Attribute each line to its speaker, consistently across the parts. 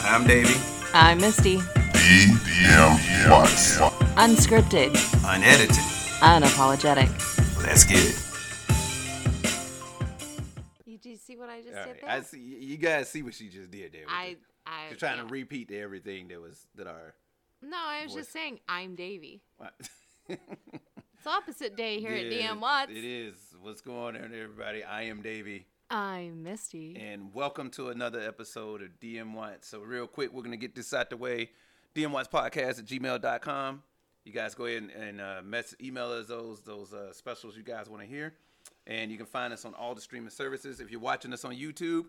Speaker 1: I'm Davey.
Speaker 2: I'm Misty.
Speaker 3: DM Watts.
Speaker 2: Unscripted.
Speaker 1: Unedited.
Speaker 2: Unapologetic.
Speaker 1: Let's get it.
Speaker 2: You, do you see what I just
Speaker 4: All
Speaker 2: did
Speaker 4: right.
Speaker 2: there?
Speaker 4: I see. You guys see what she just did there. with
Speaker 2: I,
Speaker 4: it.
Speaker 2: I
Speaker 4: She's trying
Speaker 2: yeah.
Speaker 4: to repeat everything that was that are.
Speaker 2: No, I was just
Speaker 4: voice.
Speaker 2: saying I'm Davy.
Speaker 4: what-
Speaker 2: It's opposite day here
Speaker 4: Yeah,
Speaker 2: at DM Watts.
Speaker 4: It is. What's going on, everybody? I am Davey,
Speaker 2: I'm Misty.
Speaker 4: and welcome to another episode of DM Watts. So, real quick, we're gonna get this out the way. DM Watts Podcast at gmail.com. You guys go ahead and, and uh, mess, email us those those uh, specials you guys want to hear, and you can find us on all the streaming services. If you're watching us on YouTube,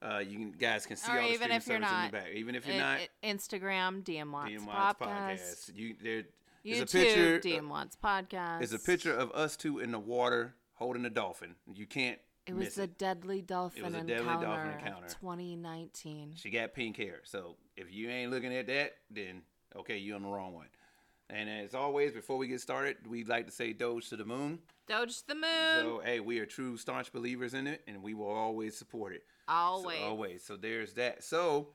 Speaker 4: uh, you can, guys can see
Speaker 2: Or
Speaker 4: all the
Speaker 2: even
Speaker 4: streaming
Speaker 2: if you're
Speaker 4: services
Speaker 2: not.
Speaker 4: in the back. Even if you're
Speaker 2: I-
Speaker 4: not,
Speaker 2: I- Instagram DM Watts
Speaker 4: DM Watts
Speaker 2: podcast.
Speaker 4: podcast. You there. There's
Speaker 2: YouTube
Speaker 4: a picture. uh,
Speaker 2: DM Watts podcast.
Speaker 4: There's a picture of us two in the water holding a dolphin. You can't.
Speaker 2: It was
Speaker 4: miss
Speaker 2: the deadly dolphin
Speaker 4: a
Speaker 2: encounter,
Speaker 4: deadly dolphin
Speaker 2: of
Speaker 4: encounter.
Speaker 2: 2019.
Speaker 4: She got pink hair. So if you ain't looking at that, then okay, you're on the wrong one. And as always, before we get started, we'd like to say Doge to the moon.
Speaker 2: Doge the moon.
Speaker 4: So hey, we are true staunch believers in it, and we will always support it. So,
Speaker 2: always.
Speaker 4: always. So there's that. So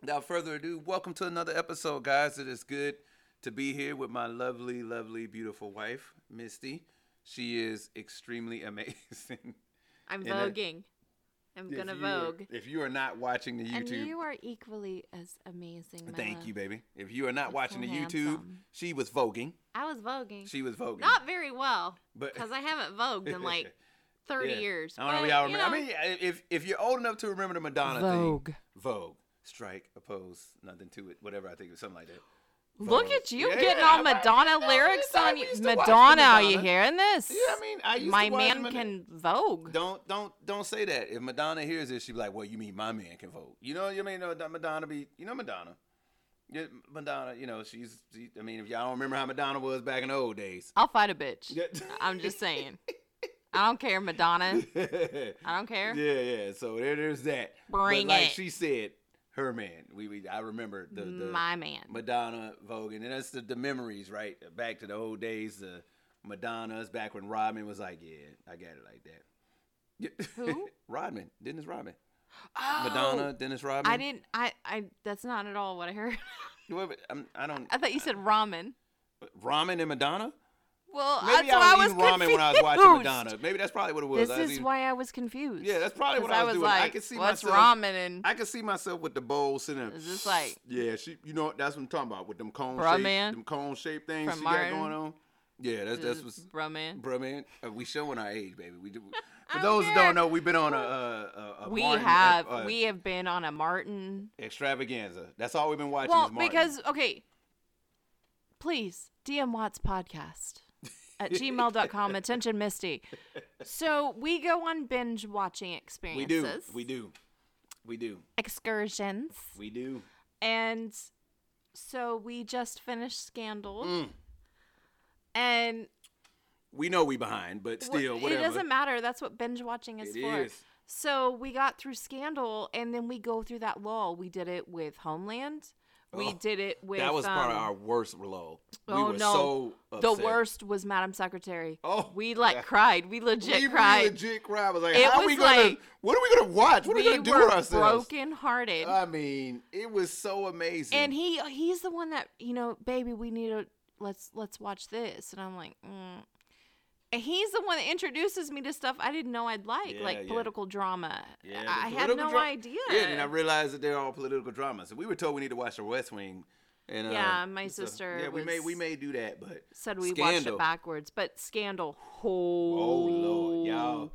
Speaker 4: without further ado, welcome to another episode, guys. It is good to be here with my lovely, lovely, beautiful wife, Misty. She is extremely amazing.
Speaker 2: I'm
Speaker 4: and, uh,
Speaker 2: voguing. I'm
Speaker 4: If
Speaker 2: gonna
Speaker 4: you-
Speaker 2: vogue.
Speaker 4: If you are not watching the
Speaker 2: And
Speaker 4: YouTube,
Speaker 2: you are equally as amazing. my
Speaker 4: thank
Speaker 2: love.
Speaker 4: you, baby. If you are not
Speaker 2: That's
Speaker 4: watching
Speaker 2: so
Speaker 4: the YouTube,
Speaker 2: handsome.
Speaker 4: she was voguing.
Speaker 2: I was voguing.
Speaker 4: She was voguing.
Speaker 2: Not very well,
Speaker 4: But-
Speaker 2: because I haven't vogued in like 30
Speaker 4: Yeah.
Speaker 2: years.
Speaker 4: I don't know.
Speaker 2: but,
Speaker 4: if Y'all
Speaker 2: you
Speaker 4: remember? I mean, yeah, if if you're old enough to remember the Madonna thing, Vogue, strike, oppose, nothing to it, whatever. I think it was something like that.
Speaker 2: Look
Speaker 4: Vogue.
Speaker 2: at you
Speaker 4: Yeah,
Speaker 2: getting
Speaker 4: yeah,
Speaker 2: on
Speaker 4: I-
Speaker 2: Madonna
Speaker 4: yeah,
Speaker 2: lyrics
Speaker 4: I
Speaker 2: on you.
Speaker 4: used to watch the
Speaker 2: Madonna, are you
Speaker 4: Madonna.
Speaker 2: hearing this?
Speaker 4: Yeah, I mean, I used
Speaker 2: My
Speaker 4: to watch
Speaker 2: man
Speaker 4: Madonna.
Speaker 2: can vogue.
Speaker 4: Don't don't don't say that. If Madonna hears this, she'd be like, "Well, you mean my man can vote?" You know, you mean no, that Madonna be, you know, Madonna. Yeah, Madonna, you know, she's. She, I mean, if y'all don't remember how Madonna was back in the old days,
Speaker 2: I'll fight a bitch.
Speaker 4: Yeah.
Speaker 2: I'm just saying. I don't care, Madonna.
Speaker 4: yeah,
Speaker 2: I don't care.
Speaker 4: yeah. So there, there's that.
Speaker 2: Bring
Speaker 4: but like
Speaker 2: it.
Speaker 4: she said, her man. We, we I remember the, the
Speaker 2: My man.
Speaker 4: Madonna Vogue, and that's the, the memories, right? Back to the old days, the Madonnas back when Rodman was like, "Yeah, I got it like that." Yeah.
Speaker 2: Who?
Speaker 4: Rodman, Dennis Rodman.
Speaker 2: Oh,
Speaker 4: Madonna, Dennis Rodman.
Speaker 2: I didn't. I. I. That's not at all what I heard.
Speaker 4: Wait, wait, I'm, I don't.
Speaker 2: I thought you said ramen.
Speaker 4: Ramen and Madonna.
Speaker 2: Well,
Speaker 4: Maybe
Speaker 2: that's
Speaker 4: I
Speaker 2: why Uh, I was
Speaker 4: eating ramen
Speaker 2: confused.
Speaker 4: when I was watching Madonna. Maybe that's probably what it was.
Speaker 2: This
Speaker 4: I was
Speaker 2: is
Speaker 4: eating-
Speaker 2: why I was confused.
Speaker 4: Yeah, that's probably
Speaker 2: 'Cause
Speaker 4: what I was, doing.
Speaker 2: Like,
Speaker 4: I could see
Speaker 2: what's
Speaker 4: myself.
Speaker 2: ramen and
Speaker 4: I could see myself with the bowl sitting. there.
Speaker 2: It's just like-
Speaker 4: Yeah, she. You know what? That's what I'm talking about with them cone shaped,
Speaker 2: Ramen
Speaker 4: them cone shaped things
Speaker 2: from
Speaker 4: she
Speaker 2: Martin.
Speaker 4: got going on. Yeah, that's that's what's.
Speaker 2: ramen.
Speaker 4: Bro, man, uh, we showing our age, baby. We do. For
Speaker 2: don't
Speaker 4: those who
Speaker 2: care.
Speaker 4: don't know, we've been on a, a, a, a
Speaker 2: We
Speaker 4: Martin- uh, a-
Speaker 2: have
Speaker 4: a
Speaker 2: we have been on a Martin.
Speaker 4: extravaganza. That's all we've been watching.
Speaker 2: Well,
Speaker 4: is Martin.
Speaker 2: because okay, please DM Watts podcast at gmail.com. Attention, Misty. So we go on binge watching
Speaker 4: we
Speaker 2: experiences.
Speaker 4: do, we do, we do,
Speaker 2: excursions,
Speaker 4: we do.
Speaker 2: and so we just finished Scandal.
Speaker 4: Mm.
Speaker 2: And
Speaker 4: We know we behind, but
Speaker 2: Wha-
Speaker 4: still, whatever.
Speaker 2: It doesn't matter. That's what binge watching is
Speaker 4: It
Speaker 2: for.
Speaker 4: is.
Speaker 2: So we got through Scandal, and then we go through that lull. We did it with Homeland. We
Speaker 4: Oh,
Speaker 2: did it with.
Speaker 4: that was probably
Speaker 2: um,
Speaker 4: our worst lull.
Speaker 2: oh
Speaker 4: we were
Speaker 2: no!
Speaker 4: so
Speaker 2: the
Speaker 4: upset.
Speaker 2: worst was Madam Secretary.
Speaker 4: Oh,
Speaker 2: we like
Speaker 4: God.
Speaker 2: cried. We legit
Speaker 4: We
Speaker 2: cried.
Speaker 4: legit cried. I was like,
Speaker 2: It
Speaker 4: how are
Speaker 2: was
Speaker 4: we gonna?
Speaker 2: like-
Speaker 4: what are we gonna watch? What are we, gonna do
Speaker 2: were
Speaker 4: with ourselves? Ah,
Speaker 2: broken hearted.
Speaker 4: I mean, it was so amazing.
Speaker 2: and he he's the one that you know, baby, we need to let's let's watch this. And I'm like, mm. and he's the one that introduces me to stuff I didn't know I'd like,
Speaker 4: Yeah,
Speaker 2: like
Speaker 4: yeah.
Speaker 2: political drama.
Speaker 4: Yeah,
Speaker 2: I, I
Speaker 4: the
Speaker 2: had
Speaker 4: political
Speaker 2: no
Speaker 4: dra-
Speaker 2: idea.
Speaker 4: Yeah, and then I realized that they're all political dramas. And we were told we need to watch The West Wing. And, uh,
Speaker 2: Yeah, my
Speaker 4: so-
Speaker 2: sister
Speaker 4: yeah, we may
Speaker 2: was-
Speaker 4: we may do that, but
Speaker 2: said we watched
Speaker 4: Scandal.
Speaker 2: it backwards, but Scandal. Oh,
Speaker 4: Oh lord, y'all.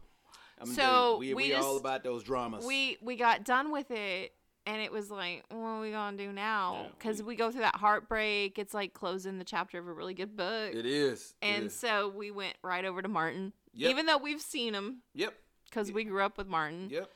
Speaker 4: I'm
Speaker 2: So,
Speaker 4: telling you, we,
Speaker 2: we
Speaker 4: we all
Speaker 2: just-
Speaker 4: about those dramas.
Speaker 2: We we got done with it, and it was like, what are we gonna do now?
Speaker 4: Yeah,
Speaker 2: Because
Speaker 4: we-
Speaker 2: we go through that heartbreak. It's like closing the chapter of a really good book.
Speaker 4: it is. it
Speaker 2: And
Speaker 4: is.
Speaker 2: so we went right over to Martin,
Speaker 4: Yep.
Speaker 2: even though we've seen him
Speaker 4: yep,
Speaker 2: because we grew up with Martin.
Speaker 4: yep.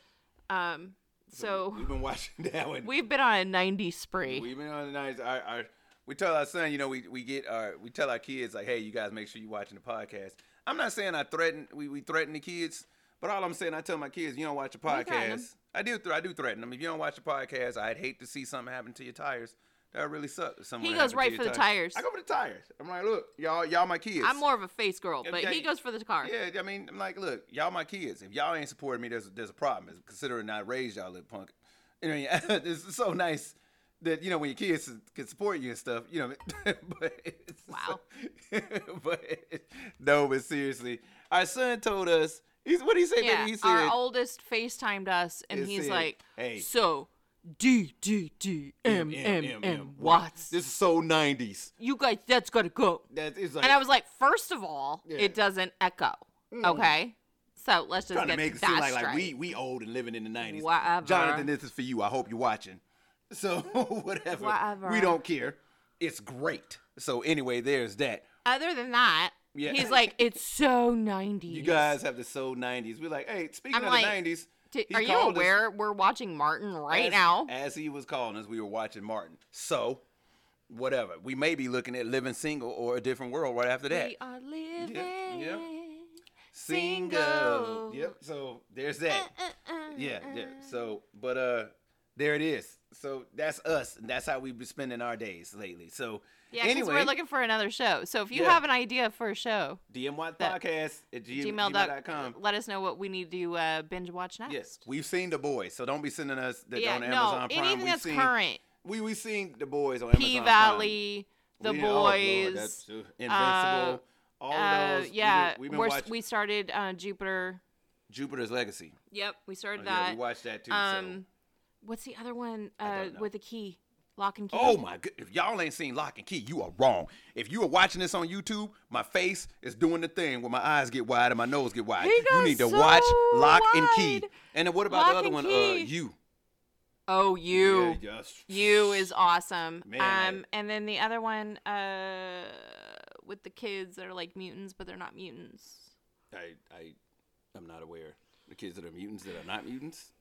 Speaker 2: Um, so
Speaker 4: we've been watching that one.
Speaker 2: we've been on a ninety spree.
Speaker 4: We've been on the nights. Our, our, we tell our son, you know, we, we get our we tell our kids like, hey, you guys make sure you watching the podcast. I'm not saying I threaten we, we threaten the kids, but all I'm saying I tell my kids, you don't watch the
Speaker 2: You threaten 'em.
Speaker 4: podcast. I do th- I do threaten them. If you don't watch the podcast, I'd hate to see something happen to your tires. That would really suck. if something
Speaker 2: He
Speaker 4: would happen
Speaker 2: goes
Speaker 4: to
Speaker 2: right
Speaker 4: your
Speaker 2: for the tires.
Speaker 4: I go for the tires. I'm like, look, y'all y'all my kids.
Speaker 2: I'm more of a face girl,
Speaker 4: Yeah,
Speaker 2: but
Speaker 4: yeah,
Speaker 2: he
Speaker 4: you-
Speaker 2: goes for the car.
Speaker 4: Yeah, I mean, I'm like, look, y'all my kids. If y'all ain't supporting me, there's there's a problem. It's considering I raised y'all little punk. You know, yeah, it's so nice that you know when your kids can support you and stuff, you know. but it's-
Speaker 2: Wow.
Speaker 4: but no, but seriously, our son told us he's what did he say?
Speaker 2: Yeah,
Speaker 4: baby? He said,
Speaker 2: our oldest FaceTimed us, and
Speaker 4: It
Speaker 2: he's
Speaker 4: said,
Speaker 2: like,
Speaker 4: "Hey."
Speaker 2: so D D D M M M Watts.
Speaker 4: This is so nineties.
Speaker 2: You guys, that's gotta go."
Speaker 4: That is like
Speaker 2: And I was like, first of all,
Speaker 4: Yeah. Mm.
Speaker 2: it doesn't echo. Okay, so let's just
Speaker 4: trying to
Speaker 2: get
Speaker 4: make it
Speaker 2: that
Speaker 4: seem like,
Speaker 2: straight.
Speaker 4: like we we old and living in the nineties.
Speaker 2: Whatever.
Speaker 4: Jonathan, this is for you. I hope you're watching. So whatever.
Speaker 2: Whatever.
Speaker 4: We don't care. It's great. So anyway, there's that.
Speaker 2: Other than that,
Speaker 4: Yeah.
Speaker 2: he's like, "It's so 90s."
Speaker 4: You guys have the so nineties. We're like, hey, speaking
Speaker 2: I'm
Speaker 4: of
Speaker 2: like,
Speaker 4: the nineties,
Speaker 2: D- are you aware we're watching Martin right
Speaker 4: as,
Speaker 2: now?
Speaker 4: As he was calling us, we were watching Martin. So, whatever. We may be looking at living single or a different world right after that.
Speaker 2: We are living.
Speaker 4: yep.
Speaker 2: single. Eh.
Speaker 4: Yep. So there's
Speaker 2: Uh,
Speaker 4: that. Yeah, yeah.
Speaker 2: Mm-hmm.
Speaker 4: So, but uh, there it is. So that's us, and that's how we've been spending our days lately. So
Speaker 2: Yeah, 'cause
Speaker 4: anyway,
Speaker 2: we're looking for another show. So if you
Speaker 4: Yeah.
Speaker 2: have an idea for a show,
Speaker 4: DM Watts
Speaker 2: that-
Speaker 4: Podcast at g-
Speaker 2: gmail dot
Speaker 4: gmail.com.
Speaker 2: Let us know what we need to uh, binge watch next.
Speaker 4: Yes, we've seen the boys, so don't be sending us the
Speaker 2: yeah,
Speaker 4: on
Speaker 2: no,
Speaker 4: Amazon Prime.
Speaker 2: anything
Speaker 4: we've
Speaker 2: that's
Speaker 4: seen,
Speaker 2: current.
Speaker 4: We we seen the boys on
Speaker 2: P
Speaker 4: Amazon Prime.
Speaker 2: Valley, The
Speaker 4: We- oh, Lord,
Speaker 2: Boys.
Speaker 4: that's, uh, Invincible,
Speaker 2: uh,
Speaker 4: all
Speaker 2: uh,
Speaker 4: of those.
Speaker 2: yeah,
Speaker 4: we've
Speaker 2: we
Speaker 4: been, we've
Speaker 2: are
Speaker 4: been watching
Speaker 2: we started uh, Jupiter.
Speaker 4: Jupiter's Legacy.
Speaker 2: Yep, we started
Speaker 4: Oh,
Speaker 2: that.
Speaker 4: yeah, we watched that too.
Speaker 2: um, what's the other one uh,
Speaker 4: don't know.
Speaker 2: with the key, lock and key?
Speaker 4: so. Oh my god! If y'all ain't seen Lock and Key, you are wrong. If you are watching this on YouTube, my face is doing the thing where my eyes get wide and my nose get wide.
Speaker 2: He
Speaker 4: you
Speaker 2: got
Speaker 4: need to
Speaker 2: so
Speaker 4: watch Lock and Key.
Speaker 2: wide.
Speaker 4: And then what about
Speaker 2: Lock
Speaker 4: the other
Speaker 2: and
Speaker 4: one? Uh,
Speaker 2: Key.
Speaker 4: you.
Speaker 2: oh you.
Speaker 4: Yeah, yes.
Speaker 2: You is awesome.
Speaker 4: Man, I-
Speaker 2: um, and then the other one uh, with the kids that are like mutants, but they're not mutants.
Speaker 4: I I I'm not aware. The kids that are mutants that are not mutants.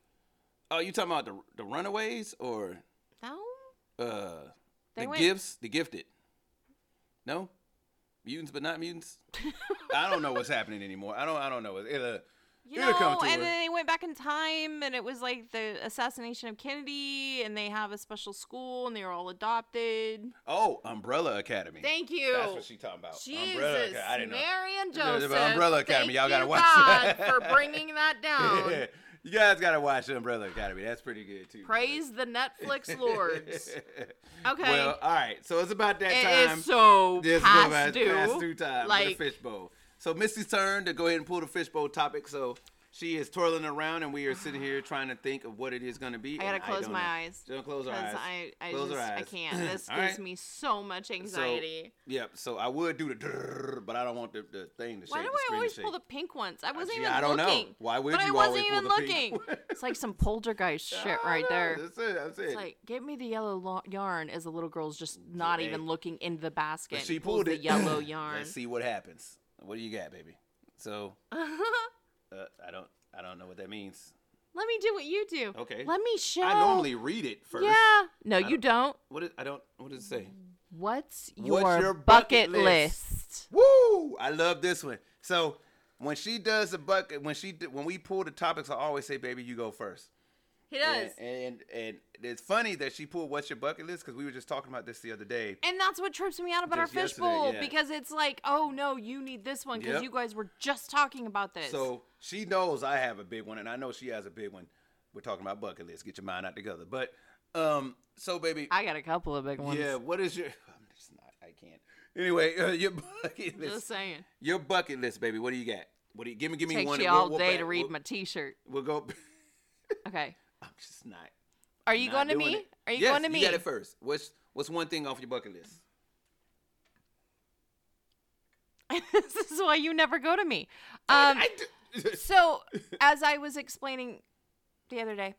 Speaker 4: Oh, you talking about the the Runaways or
Speaker 2: No,
Speaker 4: uh
Speaker 2: They
Speaker 4: the
Speaker 2: went-
Speaker 4: gifts? The gifted. No, mutants but not mutants. I don't know what's happening anymore. I don't I don't know. It, uh,
Speaker 2: you
Speaker 4: It'll come
Speaker 2: know.
Speaker 4: to
Speaker 2: And
Speaker 4: her.
Speaker 2: then they went back in time, and it was like the assassination of Kennedy, and they have a special school, and they were all adopted.
Speaker 4: oh, Umbrella Academy.
Speaker 2: Thank you.
Speaker 4: That's what she talking about. Umbrella
Speaker 2: Jesus,
Speaker 4: Academy. I didn't know.
Speaker 2: Mary and
Speaker 4: Yeah, the
Speaker 2: Joseph.
Speaker 4: Umbrella Academy,
Speaker 2: Thank
Speaker 4: y'all gotta
Speaker 2: you,
Speaker 4: watch
Speaker 2: God,
Speaker 4: that.
Speaker 2: for bringing that down.
Speaker 4: Yeah. You guys gotta watch Umbrella Academy. That's pretty good too.
Speaker 2: Praise the Netflix lords. Okay,
Speaker 4: Well, all right. So it's about that
Speaker 2: it
Speaker 4: time.
Speaker 2: is so
Speaker 4: This
Speaker 2: past,
Speaker 4: moment,
Speaker 2: due.
Speaker 4: past due time
Speaker 2: Like,
Speaker 4: for the fishbowl. So Missy's turn to go ahead and pull the fishbowl topic. So she is twirling around, and we are sitting here trying to think of what it is going to be.
Speaker 2: I gotta
Speaker 4: and
Speaker 2: close
Speaker 4: don't
Speaker 2: my
Speaker 4: know.
Speaker 2: eyes,
Speaker 4: Don't close our eyes.
Speaker 2: Because I, I
Speaker 4: Close
Speaker 2: just,
Speaker 4: our
Speaker 2: I
Speaker 4: eyes.
Speaker 2: can't. This gives
Speaker 4: All right.
Speaker 2: me so much anxiety.
Speaker 4: Yep. So I would do the, drrrr, but I don't want the, the thing to shake.
Speaker 2: Why do
Speaker 4: the
Speaker 2: I
Speaker 4: screen to
Speaker 2: always
Speaker 4: shake.
Speaker 2: pull the pink ones? I wasn't
Speaker 4: gee,
Speaker 2: even
Speaker 4: I don't know.
Speaker 2: looking.
Speaker 4: Why would
Speaker 2: but
Speaker 4: you
Speaker 2: I wasn't
Speaker 4: always pull
Speaker 2: even
Speaker 4: the
Speaker 2: looking.
Speaker 4: pink
Speaker 2: it's like some poltergeist shit right there.
Speaker 4: That's it. That's
Speaker 2: It's
Speaker 4: it.
Speaker 2: like, give me the yellow lo- yarn as the little girl's just not
Speaker 4: Hey.
Speaker 2: even looking into the basket.
Speaker 4: But she
Speaker 2: and pulls
Speaker 4: pulled
Speaker 2: the
Speaker 4: it.
Speaker 2: yellow yarn.
Speaker 4: Let's see what happens. What do you got, baby? So uh, I don't. I don't know what that means.
Speaker 2: Let me do what you do.
Speaker 4: Okay.
Speaker 2: Let me show.
Speaker 4: I normally read it first.
Speaker 2: Yeah. Mm. No, you don't.
Speaker 4: What is, I don't. What does it say?
Speaker 2: What's your,
Speaker 4: What's your bucket
Speaker 2: bucket, list?
Speaker 4: list? Woo! I love this one. So when she does the bucket, when she d- when we pull the topics, I always say, "Baby, you go first.
Speaker 2: He does. And,
Speaker 4: And, and and it's funny that she pulled "What's your bucket list" because we were just talking about this the other day.
Speaker 2: that's what trips me out about our
Speaker 4: Just yesterday,
Speaker 2: fishbowl
Speaker 4: yeah.
Speaker 2: because it's like, oh no, you need this one because
Speaker 4: Yep.
Speaker 2: you guys were just talking about this.
Speaker 4: So she knows I have a big one, and I know she has a big one. We're talking about bucket list. Get your mind out together. But um, so baby,
Speaker 2: I got a couple of big ones.
Speaker 4: yeah. What is your? I'm just not. I can't. Anyway, uh, your bucket list.
Speaker 2: Just saying.
Speaker 4: Your bucket list, baby. What do you got? What do you give me? Give me
Speaker 2: Takes
Speaker 4: one.
Speaker 2: you
Speaker 4: and we'll-
Speaker 2: all
Speaker 4: we'll
Speaker 2: day
Speaker 4: back-
Speaker 2: to read
Speaker 4: we'll-
Speaker 2: my T-shirt.
Speaker 4: We'll go.
Speaker 2: Okay.
Speaker 4: I'm just not.
Speaker 2: Are you
Speaker 4: not
Speaker 2: going to
Speaker 4: doing
Speaker 2: me?
Speaker 4: it.
Speaker 2: Are you
Speaker 4: Yes,
Speaker 2: going to me?
Speaker 4: You got it first. What's what's one thing off your bucket list?
Speaker 2: this is why you never go to me. Um,
Speaker 4: I d-
Speaker 2: so as I was explaining the other day,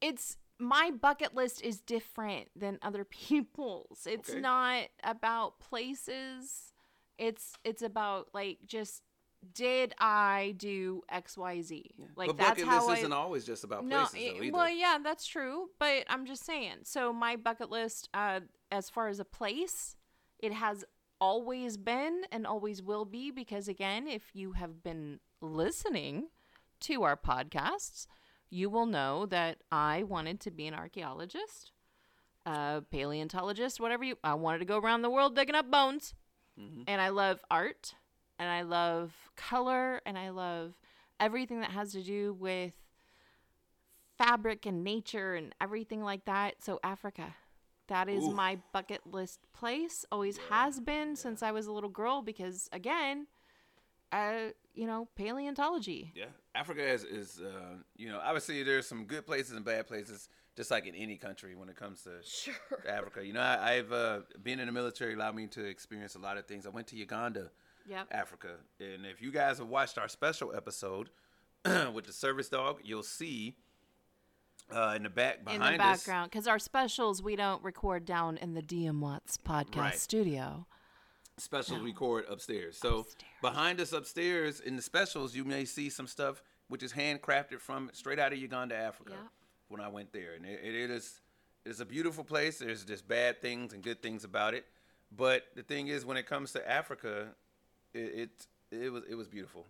Speaker 2: it's my bucket list is different than other people's. It's
Speaker 4: Okay.
Speaker 2: not about places. It's it's about like just did I do X Y Z? Like
Speaker 4: but
Speaker 2: that's
Speaker 4: bucket
Speaker 2: how
Speaker 4: list
Speaker 2: I
Speaker 4: isn't always just about places though
Speaker 2: it-
Speaker 4: either.
Speaker 2: Well, yeah, that's true. But I'm just saying. So my bucket list, uh, as far as a place, it has always been and always will be because again, if you have been listening to our podcasts, you will know that I wanted to be an archaeologist, a paleontologist, whatever you. I wanted to go around the world digging up bones,
Speaker 4: Mm-hmm.
Speaker 2: and I love art, and I love color, and I love everything that has to do with fabric and nature and everything like that. So Africa. That is
Speaker 4: Oof.
Speaker 2: my bucket list place. Always has been since I was a little girl because again, uh, you know, paleontology.
Speaker 4: Yeah, Africa is, is uh, you know, obviously there's some good places and bad places, just like in any country when it comes to
Speaker 5: Sure.
Speaker 4: Africa. You know, I, I've uh, been in the military, allowed me to experience a lot of things. I went to Uganda,
Speaker 2: Yep.
Speaker 4: Africa, and if you guys have watched our special episode with the service dog, you'll see uh, in the back
Speaker 2: in
Speaker 4: behind
Speaker 2: the
Speaker 4: us.
Speaker 2: background because our specials we don't record down in the DM Watts podcast
Speaker 4: Right.
Speaker 2: studio.
Speaker 4: special record upstairs. So behind us upstairs in the specials, you may see some stuff which is handcrafted from straight out of Uganda, Africa.
Speaker 2: Yep.
Speaker 4: When I went there, and it, it is it's a beautiful place. There's just bad things and good things about it, but the thing is, when it comes to Africa, it it, it was it was beautiful.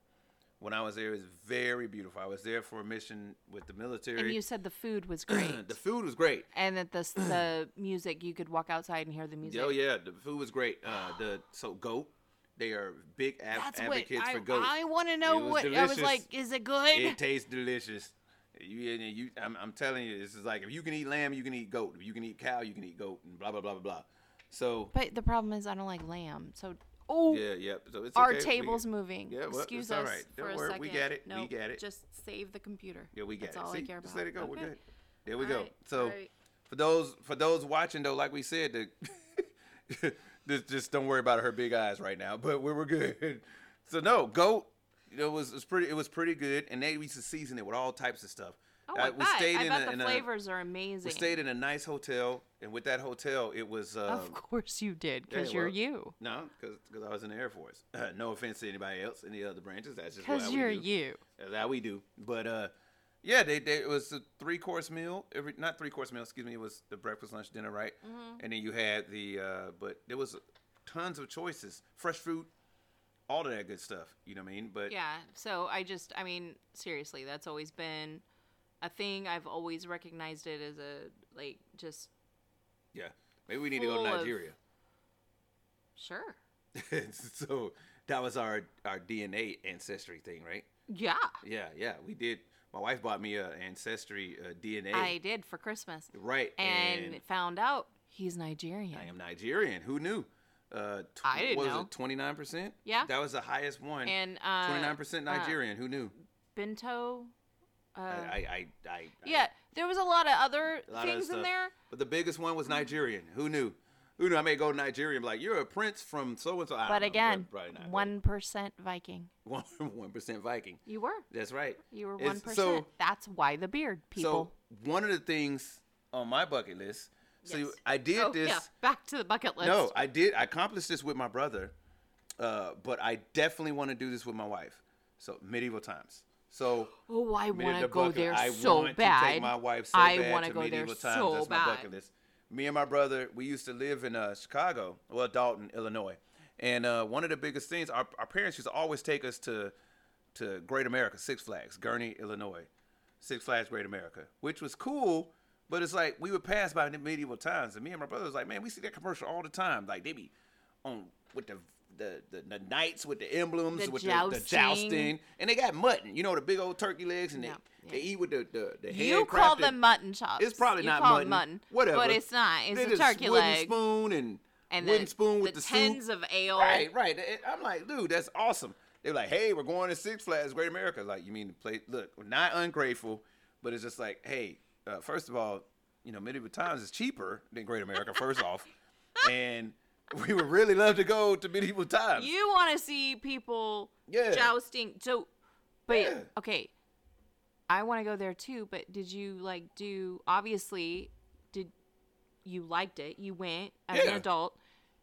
Speaker 4: When I was there, it was very beautiful. I was there for a mission with the military.
Speaker 2: And you said the food was great,
Speaker 4: the food was great.
Speaker 2: and that the s- the music you could walk outside and hear the music.
Speaker 4: Oh yeah, the food was great. Uh, the so goat, they are big ab-
Speaker 2: That's what
Speaker 4: advocates
Speaker 2: I,
Speaker 4: for goat.
Speaker 2: I want to know
Speaker 4: It was
Speaker 2: what I was
Speaker 4: delicious.
Speaker 2: like. Is it good?
Speaker 4: It tastes delicious. You, and you, I'm, I'm telling you, this is like if you can eat lamb, you can eat goat. If you can eat cow, you can eat goat, and blah blah blah blah blah. So
Speaker 2: but the problem is I don't like lamb. So oh,
Speaker 4: yeah, yeah. So it's
Speaker 2: our
Speaker 4: okay. We-
Speaker 2: table's moving.
Speaker 4: Yeah, well,
Speaker 2: Excuse
Speaker 4: it's all
Speaker 2: us
Speaker 4: right.
Speaker 2: for
Speaker 4: Don't
Speaker 2: a
Speaker 4: worry,
Speaker 2: second.
Speaker 4: we got it, we
Speaker 2: Nope,
Speaker 4: got it.
Speaker 2: Just save the computer.
Speaker 4: Yeah, we got
Speaker 2: That's
Speaker 4: it.
Speaker 2: all
Speaker 4: See,
Speaker 2: I care about.
Speaker 4: just let it go. We're
Speaker 2: Okay.
Speaker 4: good. There we go.
Speaker 2: Alright,
Speaker 4: So,
Speaker 2: alright.
Speaker 4: for those for those watching though, like we said, the, just just don't worry about her big eyes right now. But we were good. So no, goat. It was it was pretty. It was pretty good, and they used to season it with all types of stuff.
Speaker 2: Oh,
Speaker 4: Uh,
Speaker 2: I bet. I bet the
Speaker 4: in
Speaker 2: flavors are
Speaker 4: we
Speaker 2: amazing.
Speaker 4: stayed in a nice hotel, and with that hotel, it was. Um,
Speaker 2: of course you did,
Speaker 4: yeah,
Speaker 2: because you're
Speaker 4: well,
Speaker 2: you.
Speaker 4: No, because I was in the Air Force. no offense to anybody else in the other branches. That's just
Speaker 2: Because
Speaker 4: what
Speaker 2: you're
Speaker 4: we do.
Speaker 2: you.
Speaker 4: That's how we do. But uh, yeah, they, they it was a three course meal. Every not three course meal, excuse me. It was the breakfast, lunch, dinner, right?
Speaker 2: Mm-hmm.
Speaker 4: And then you had the uh, but there was tons of choices, fresh fruit, all of that good stuff. You know what I mean? But
Speaker 2: Yeah. So I just, I mean, seriously, that's always been a thing. I've always recognized it as a, like, just,
Speaker 4: yeah, maybe we need to go to
Speaker 2: Full of-
Speaker 4: Nigeria.
Speaker 2: sure.
Speaker 4: so that was our our DNA ancestry thing, right?
Speaker 2: Yeah.
Speaker 4: Yeah, yeah, we did. My wife bought me a ancestry uh, DNA.
Speaker 2: I did for Christmas.
Speaker 4: right,
Speaker 2: And, found out he's Nigerian.
Speaker 4: I am Nigerian. Who knew? Uh, tw-
Speaker 2: I didn't
Speaker 4: what was
Speaker 2: know.
Speaker 4: it twenty nine percent?
Speaker 2: Yeah.
Speaker 4: that was the highest one.
Speaker 2: And, uh,
Speaker 4: twenty nine percent
Speaker 2: uh,
Speaker 4: Nigerian. Who knew?
Speaker 2: Bento. Uh,
Speaker 4: I, I, I, I
Speaker 2: yeah. There was a lot of other
Speaker 4: a lot of
Speaker 2: things in
Speaker 4: stuff.
Speaker 2: there. Mm-hmm.
Speaker 4: But the biggest one was Nigerian. Who knew? Who knew? I may go to Nigeria and be like, "You're a prince from so and so."
Speaker 2: But again,
Speaker 4: probably not, but
Speaker 2: 1% Viking.
Speaker 4: one one percent Viking.
Speaker 2: You were.
Speaker 4: That's right.
Speaker 2: You were
Speaker 4: It's-
Speaker 2: 1%.
Speaker 4: So
Speaker 2: That's why the beard, people.
Speaker 4: So one of the things on my bucket list. So
Speaker 2: Yes.
Speaker 4: I did
Speaker 2: oh,
Speaker 4: this.
Speaker 2: yeah. Back to the bucket list.
Speaker 4: No, I did. I accomplished this with my brother, uh, but I definitely want to do this with my wife. So medieval times. So
Speaker 2: Oh, I
Speaker 4: me and
Speaker 2: want
Speaker 4: the
Speaker 2: to go
Speaker 4: bucket-
Speaker 2: there
Speaker 4: I
Speaker 2: so
Speaker 4: want
Speaker 2: bad.
Speaker 4: To take my wife so
Speaker 2: I
Speaker 4: bad
Speaker 2: wanna
Speaker 4: to
Speaker 2: go there
Speaker 4: medieval times.
Speaker 2: so
Speaker 4: That's
Speaker 2: bad.
Speaker 4: my bucket list. Me and my brother, we used to live in uh, Chicago, well Dalton, Illinois, and uh, one of the biggest things our, our parents used to always take us to to Great America, Six Flags, Gurney, Illinois, Six Flags Great America, which was cool. But it's like we would pass by the medieval times, and me and my brother was like, man, we see that commercial all the time. Like they be on with the the, the, the knights with the emblems,
Speaker 2: The
Speaker 4: with The, the
Speaker 2: jousting.
Speaker 4: jousting, and they got mutton. You know the big old turkey legs, and they,
Speaker 2: Yeah, yeah.
Speaker 4: they eat with the the, the
Speaker 2: You call
Speaker 4: handcrafted-
Speaker 2: them mutton chops.
Speaker 4: It's probably
Speaker 2: you
Speaker 4: not
Speaker 2: call
Speaker 4: mutton.
Speaker 2: it mutton.
Speaker 4: Whatever.
Speaker 2: But it's not. It's
Speaker 4: They
Speaker 2: a
Speaker 4: just
Speaker 2: turkey
Speaker 4: wooden
Speaker 2: leg.
Speaker 4: spoon and,
Speaker 2: and
Speaker 4: wooden
Speaker 2: the,
Speaker 4: spoon with
Speaker 2: the,
Speaker 4: the,
Speaker 2: tins
Speaker 4: soup.
Speaker 2: of ale.
Speaker 4: Right, right. It- I'm like, dude, that's awesome. They're like, hey, we're going to Six Flags Great America. Like, you mean to play? Look, we're not ungrateful, but it's just like, hey, uh, first of all, you know, medieval times is cheaper than Great America. First off, and we would really love to go to medieval times.
Speaker 2: You want to see people
Speaker 4: Yeah.
Speaker 2: jousting. So, but
Speaker 4: Yeah.
Speaker 2: okay, I want to go there too. But did you like do? Obviously, did you liked it? You went as
Speaker 4: Yeah.
Speaker 2: an adult.